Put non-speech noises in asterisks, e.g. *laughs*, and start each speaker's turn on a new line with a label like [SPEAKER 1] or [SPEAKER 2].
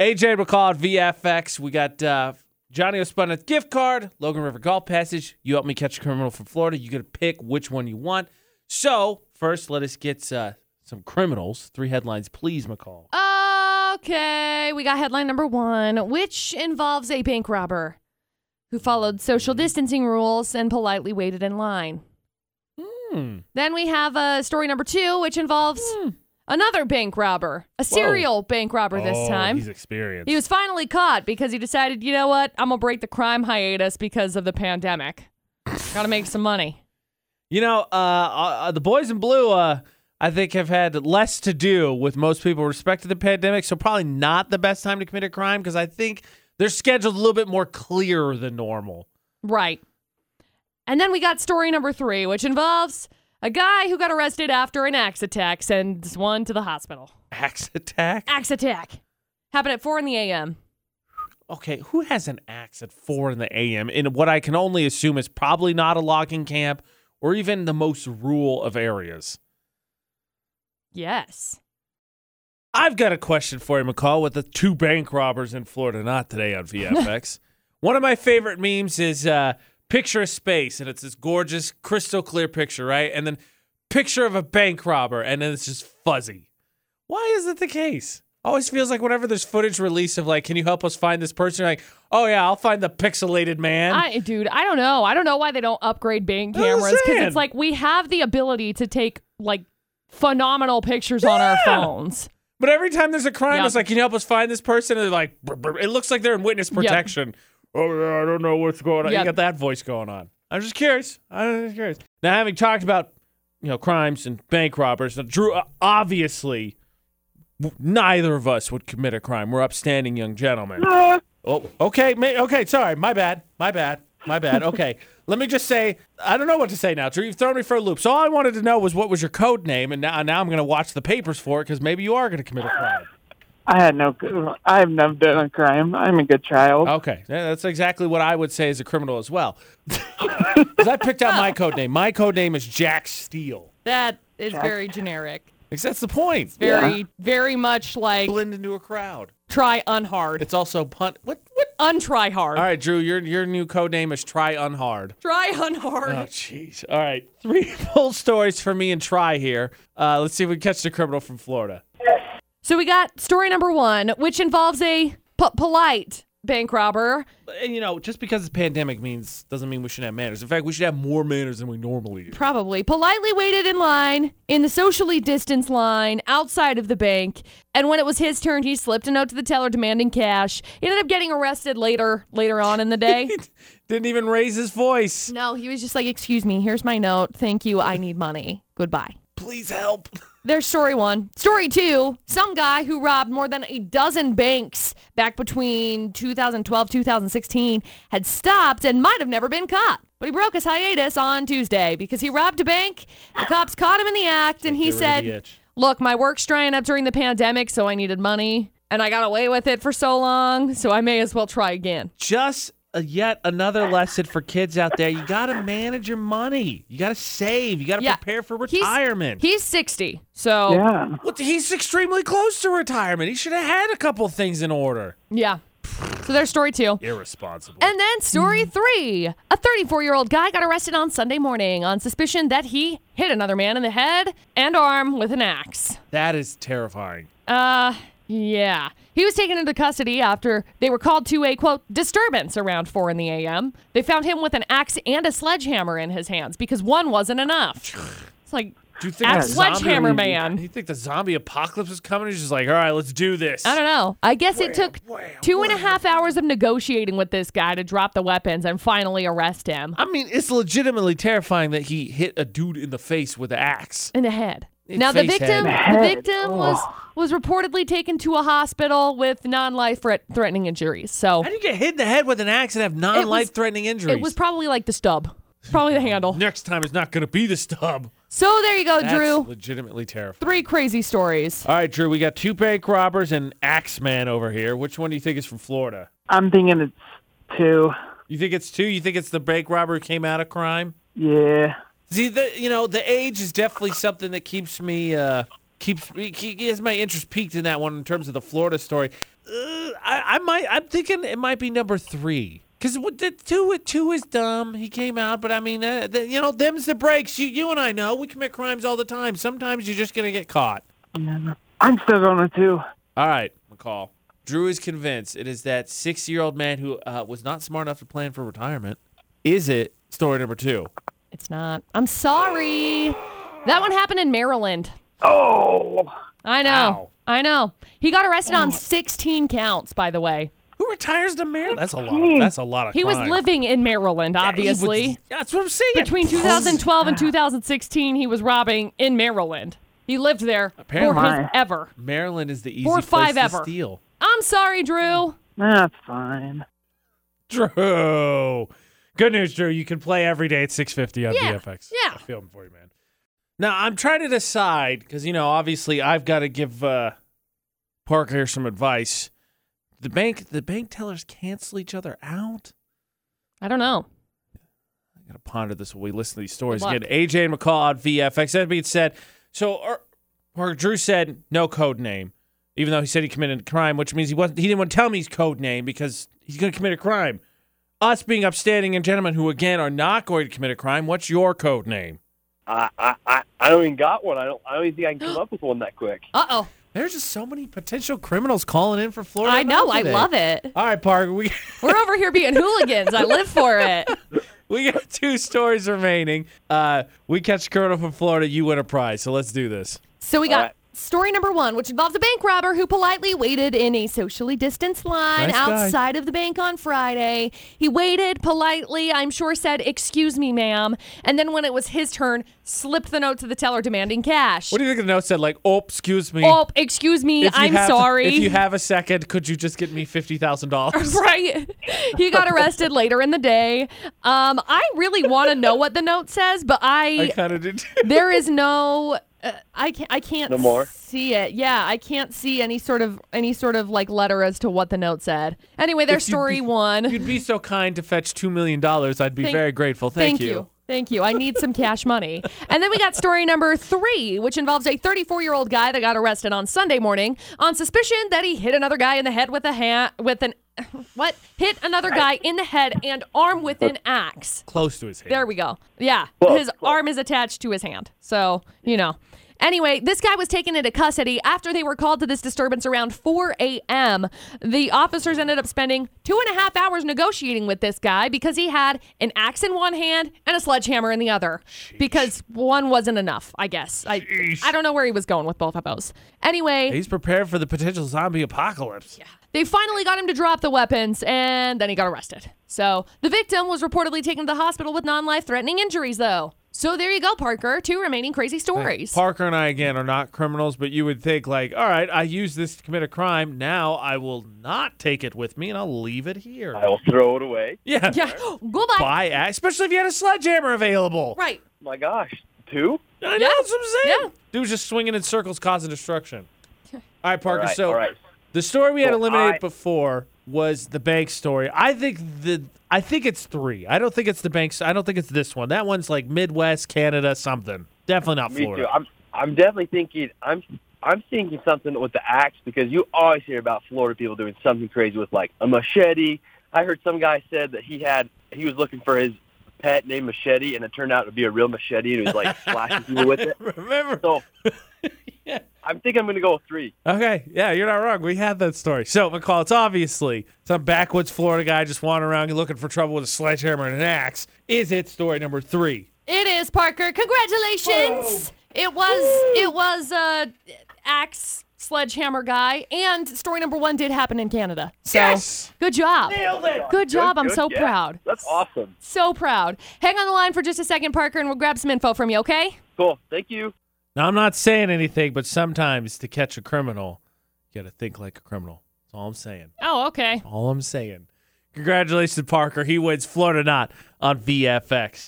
[SPEAKER 1] AJ McCall at VFX. We got uh, Johnny O'Spunnet's gift card, Logan River Golf Passage. You help me catch a criminal from Florida. You get to pick which one you want. So, first, let us get uh, some criminals. Three headlines, please, McCall.
[SPEAKER 2] Okay, we got headline number one, which involves a bank robber who followed social distancing rules and politely waited in line.
[SPEAKER 1] Hmm.
[SPEAKER 2] Then we have uh, story number two, which involves another bank robber, a serial bank robber this time.
[SPEAKER 1] Oh, He's experienced.
[SPEAKER 2] He was finally caught because he decided, you know what, I'm gonna break the crime hiatus because of the pandemic. Gotta make some money.
[SPEAKER 1] You know, uh, uh, the boys in blue, uh, I think, have had less to do with most people with respect to the pandemic. So, probably not the best time to commit a crime because I think their schedule's a little bit more clear than normal.
[SPEAKER 2] Right. And then we got story number three, which involves a guy who got arrested after an axe attack sends one to the hospital.
[SPEAKER 1] Axe attack?
[SPEAKER 2] Axe attack happened at four in the a.m.
[SPEAKER 1] Okay, who has an axe at 4 in the a.m. in what I can only assume is probably not a logging camp or even the most rural of areas?
[SPEAKER 2] Yes.
[SPEAKER 1] I've got a question for you, McCall, with the two bank robbers in Florida, not today on VFX. One of my favorite memes is uh, picture of space, and it's this gorgeous, crystal clear picture, right? And then picture of a bank robber, and then it's just fuzzy. Why is it the case? Always feels like whenever there's footage release of like, can you help us find this person? You're like, oh yeah, I'll find the pixelated man.
[SPEAKER 2] I dude, I don't know. I don't know why they don't upgrade Bing
[SPEAKER 1] That's what I'm
[SPEAKER 2] cameras because
[SPEAKER 1] saying.
[SPEAKER 2] it's like we have the ability to take like phenomenal pictures on our
[SPEAKER 1] Yeah.
[SPEAKER 2] phones.
[SPEAKER 1] but every time there's a crime,
[SPEAKER 2] Yeah.
[SPEAKER 1] it's like, can you help us find this person? And they're like, brr, brr. it looks like they're in witness protection. Oh yeah, I don't know what's going on. You
[SPEAKER 2] Yep.
[SPEAKER 1] got that voice going on. I'm just curious. I'm just curious. Now, having talked about you know crimes and bank robbers, now, Drew uh, obviously w- neither of us would commit a crime. We're upstanding young gentlemen. Oh, okay, ma- okay. Sorry, my bad, my bad, my bad. Okay, let me just say, I don't know what to say now, Drew. You've thrown me for a loop. So all I wanted to know was what was your code name, and now now I'm going to watch the papers for it because maybe you are going to commit a crime.
[SPEAKER 3] I had no. I've never done a crime. I'm a good child.
[SPEAKER 1] Okay, yeah, that's exactly what I would say as a criminal as well. *laughs* 'Cause I picked out my code name. My code name is Jack Steele.
[SPEAKER 2] That is very generic.
[SPEAKER 1] Because that's the point.
[SPEAKER 2] Very, very much like
[SPEAKER 1] Blend into a crowd.
[SPEAKER 2] try unhard,
[SPEAKER 1] It's also punt. What? What?
[SPEAKER 2] untry hard,
[SPEAKER 1] All right, Drew. Your your new code name is Try Unhard.
[SPEAKER 2] try unhard.
[SPEAKER 1] Oh, jeez. All right, three *laughs* full stories for me and Try here. Uh, let's see if we can catch the criminal from Florida.
[SPEAKER 2] So we got story number one, which involves a po- polite bank robber.
[SPEAKER 1] And you know, just because it's pandemic means doesn't mean we should have manners. In fact, we should have more manners than we normally do.
[SPEAKER 2] Probably politely waited in line in the socially distanced line outside of the bank. And when it was his turn, he slipped a note to the teller demanding cash. He ended up getting arrested later later on in the day.
[SPEAKER 1] Didn't even raise his voice.
[SPEAKER 2] *laughs* no, he was just like, "Excuse me, here's my note. Thank you. I need money. Goodbye."
[SPEAKER 1] Please help.
[SPEAKER 2] There's story one. Story two some guy who robbed more than a dozen banks back between 2012 2016 had stopped and might have never been caught. But he broke his hiatus on Tuesday because he robbed a bank. The cops caught him in the act and
[SPEAKER 1] Get
[SPEAKER 2] he
[SPEAKER 1] rid of the uh,
[SPEAKER 2] said,
[SPEAKER 1] itch.
[SPEAKER 2] Look, my work's drying up during the pandemic, so I needed money. And I got away with it for so long, so I may as well try again.
[SPEAKER 1] just a, yet another lesson for kids out there. You got to manage your money. You got to save. You got to
[SPEAKER 2] Yeah.
[SPEAKER 1] prepare for
[SPEAKER 2] He's-
[SPEAKER 1] retirement.
[SPEAKER 2] He's, 60, so
[SPEAKER 3] Yeah.
[SPEAKER 1] Well, he's extremely close to retirement. He should have had a couple things in order.
[SPEAKER 2] yeah. So there's story two.
[SPEAKER 1] Irresponsible.
[SPEAKER 2] And then story three. A 34 year old guy got arrested on Sunday morning on suspicion that he hit another man in the head and arm with an axe.
[SPEAKER 1] that is terrifying.
[SPEAKER 2] Uh, yeah. He was taken into custody after they were called to a quote disturbance around 4 in the a.m. They found him with an axe and a sledgehammer in his hands because one wasn't enough. It's like,
[SPEAKER 1] Do you think
[SPEAKER 2] Axe
[SPEAKER 1] the zombie-
[SPEAKER 2] sledgehammer man.
[SPEAKER 1] You think the zombie apocalypse is coming? He's just like, all right, let's do this.
[SPEAKER 2] I don't know. I guess it took two and a half hours of negotiating with this guy to drop the weapons and finally arrest him
[SPEAKER 1] I mean, it's legitimately terrifying that he hit a dude in the face with an axe.
[SPEAKER 2] in the head.
[SPEAKER 1] In
[SPEAKER 2] now the
[SPEAKER 1] face
[SPEAKER 2] victim,
[SPEAKER 3] head.
[SPEAKER 2] the
[SPEAKER 3] Head.
[SPEAKER 2] victim was was reportedly taken to a hospital with non-life threat- threatening injuries. So
[SPEAKER 1] How do you get hit in the head with an axe and have non-life-threatening injuries?
[SPEAKER 2] it was probably like the stub, probably the handle.
[SPEAKER 1] Next time it's not going to be the stub.
[SPEAKER 2] So there you go,
[SPEAKER 1] That's
[SPEAKER 2] Drew.
[SPEAKER 1] legitimately terrifying.
[SPEAKER 2] Three crazy stories.
[SPEAKER 1] All right, Drew, we got two bank robbers and axe man over here. Which one do you think is from Florida?
[SPEAKER 3] I'm thinking it's two.
[SPEAKER 1] You think it's two? You think it's the bank robber who came out of crime?
[SPEAKER 3] Yeah.
[SPEAKER 1] See, the, you know, the age is definitely something that keeps me uh keeps me keeps my interest peaked in that one in terms of the Florida story. I, I might. I'm thinking it might be number three. Cause what the two two is dumb. He came out, but I mean, uh, the, you know, them's the breaks. You you and I know we commit crimes all the time. Sometimes you're just gonna get caught.
[SPEAKER 3] I'm still going with two.
[SPEAKER 1] All right, McCall. Drew is convinced it is that six-year-old man who uh, was not smart enough to plan for retirement. Is it story number two?
[SPEAKER 2] It's not. I'm sorry. That one happened in Maryland.
[SPEAKER 3] Oh,
[SPEAKER 2] I know.
[SPEAKER 1] Wow. Oh.
[SPEAKER 2] I know. He got arrested on 16 counts, by the way.
[SPEAKER 1] Who retires to Maryland? That's a lot. Of, that's a lot of.
[SPEAKER 2] He was
[SPEAKER 1] crime.
[SPEAKER 2] living in Maryland, obviously.
[SPEAKER 1] He was- that's what I'm saying.
[SPEAKER 2] Between 2012 and 2016, he was robbing in Maryland. He lived there for his
[SPEAKER 1] Apparently.
[SPEAKER 2] ever.
[SPEAKER 1] Maryland is the easy
[SPEAKER 2] Four,
[SPEAKER 1] place
[SPEAKER 2] five
[SPEAKER 1] to
[SPEAKER 2] ever.
[SPEAKER 1] steal.
[SPEAKER 2] I'm sorry, Drew.
[SPEAKER 3] that's fine.
[SPEAKER 1] Drew. Good news, Drew. You can play every day at 6:50 on
[SPEAKER 2] Yeah,
[SPEAKER 1] VFX.
[SPEAKER 2] yeah.
[SPEAKER 1] I'm feeling for you, man. Now I'm trying to decide because you know, obviously, I've got to give uh, Parker some advice. The bank, the bank tellers cancel each other out.
[SPEAKER 2] I don't know.
[SPEAKER 1] I gotta ponder this when we listen to these stories
[SPEAKER 2] Good luck.
[SPEAKER 1] again. AJ and McCall on VFX. That being said, so or, or Drew said no code name, even though he said he committed a crime, which means he wasn't. He didn't want to tell me his code name because he's gonna commit a crime. Us being upstanding and gentlemen who again are not going to commit a crime. What's your code name?
[SPEAKER 4] I, I, I- I don't even got one. I don't. I don't even think I can come up with one that quick.
[SPEAKER 2] Uh oh.
[SPEAKER 1] There's just so many potential criminals calling in for Florida.
[SPEAKER 2] I know. I love it.
[SPEAKER 1] All right, Parker, we. *laughs*
[SPEAKER 2] We're over here being hooligans. I live for it.
[SPEAKER 1] We got two stories remaining. Uh, we catch a Colonel from Florida. You win a prize. So let's do this.
[SPEAKER 2] So we got
[SPEAKER 4] right.
[SPEAKER 2] story number one, which involves a bank robber who politely waited in a socially distanced line
[SPEAKER 1] Nice guy.
[SPEAKER 2] outside of the bank on Friday. He waited politely, I'm sure said, Excuse me, ma'am. And then when it was his turn, slipped the note to the teller demanding cash.
[SPEAKER 1] What do you think of the note said? Like, oh, excuse me.
[SPEAKER 2] oh, excuse me,
[SPEAKER 1] If you
[SPEAKER 2] I'm
[SPEAKER 1] have-
[SPEAKER 2] sorry.
[SPEAKER 1] If you have a second, could you just get me fifty thousand dollars?
[SPEAKER 2] *laughs* Right. He got arrested later in the day. Um, I really want to know what the note says, but
[SPEAKER 1] I kind of did. *laughs*
[SPEAKER 2] there is no uh, I can't I can't
[SPEAKER 4] No more?
[SPEAKER 2] see it. Yeah, I can't see any sort of any sort of like letter as to what the note said. Anyway, there's
[SPEAKER 1] If you'd
[SPEAKER 2] story
[SPEAKER 1] be-
[SPEAKER 2] one.
[SPEAKER 1] You'd be so kind to fetch two million dollars. I'd be
[SPEAKER 2] Thank-
[SPEAKER 1] very grateful. Thank, you.
[SPEAKER 2] Thank you. I need some cash money. And then we got story number three, which involves a 34 year old guy that got arrested on Sunday morning on suspicion that he hit another guy in the head with a hand with an *laughs* what hit another guy in the head and armed with an axe.
[SPEAKER 1] Close to his hand.
[SPEAKER 2] There we go. Yeah.
[SPEAKER 4] Well,
[SPEAKER 2] his
[SPEAKER 4] well.
[SPEAKER 2] arm is attached to his hand. So, you know. Anyway, this guy was taken into custody after they were called to this disturbance around 4 a.m. The officers ended up spending two and a half hours negotiating with this guy because he had an axe in one hand and a sledgehammer in the other. Because one wasn't enough, I guess. I, I don't know where he was going with both of those. Anyway,
[SPEAKER 1] He's prepared for the potential zombie apocalypse.
[SPEAKER 2] they finally got him to drop the weapons, and then he got arrested. So the victim was reportedly taken to the hospital with non life threatening injuries, though. So there you go, Parker. Two remaining crazy stories.
[SPEAKER 1] Parker and I again are not criminals, but you would think like, all right, I used this to commit a crime. Now I will not take it with me, and I'll leave it here.
[SPEAKER 4] I will throw it away.
[SPEAKER 1] yeah.
[SPEAKER 2] yeah. *laughs* Goodbye.
[SPEAKER 1] Buy axe, especially if you had a sledgehammer available.
[SPEAKER 2] Right.
[SPEAKER 4] My gosh, two.
[SPEAKER 1] I know
[SPEAKER 2] Yeah.
[SPEAKER 1] that's what I'm saying.
[SPEAKER 2] Yeah.
[SPEAKER 1] Dude was just swinging in circles, causing destruction.
[SPEAKER 2] *laughs*
[SPEAKER 1] All right,
[SPEAKER 4] All
[SPEAKER 1] Parker.
[SPEAKER 4] right,
[SPEAKER 1] so
[SPEAKER 4] all right.
[SPEAKER 1] the story we had
[SPEAKER 4] So
[SPEAKER 1] eliminated
[SPEAKER 4] I-
[SPEAKER 1] before was the bank story. I think the I think it's three. I don't think it's the banks. I don't think it's this one. That one's like Midwest Canada something. Definitely not
[SPEAKER 4] Me
[SPEAKER 1] Florida.
[SPEAKER 4] too. I'm I'm definitely thinking I'm I'm thinking something with the axe because you always hear about Florida people doing something crazy with like a machete. I heard some guy said that he had he was looking for his pet named Machete and it turned out to be a real machete and he was like
[SPEAKER 1] *laughs*
[SPEAKER 4] slashing people with it.
[SPEAKER 1] Remember? *laughs*
[SPEAKER 4] So I'm thinking I'm gonna go with three.
[SPEAKER 1] Okay, yeah, you're not wrong. We had that story. So McCall, it's obviously some backwoods Florida guy just wandering around looking for trouble with a sledgehammer and an axe. Is it story number three?
[SPEAKER 2] It is, Parker. Congratulations. It was, it was, uh, axe sledgehammer guy. And story number one did happen in Canada. So
[SPEAKER 1] Yes.
[SPEAKER 2] good job. Good job. I'm
[SPEAKER 4] good
[SPEAKER 2] so
[SPEAKER 4] guess.
[SPEAKER 2] proud.
[SPEAKER 4] That's awesome.
[SPEAKER 2] So proud. Hang on the line for just a second, Parker, and we'll grab some info from you, okay?
[SPEAKER 4] Cool. Thank you.
[SPEAKER 1] Now I'm not saying anything, but sometimes to catch a criminal, you got to think like a criminal. That's all I'm saying.
[SPEAKER 2] Oh, okay.
[SPEAKER 1] All I'm saying. Congratulations, Parker. He wins Florida Not on VFX.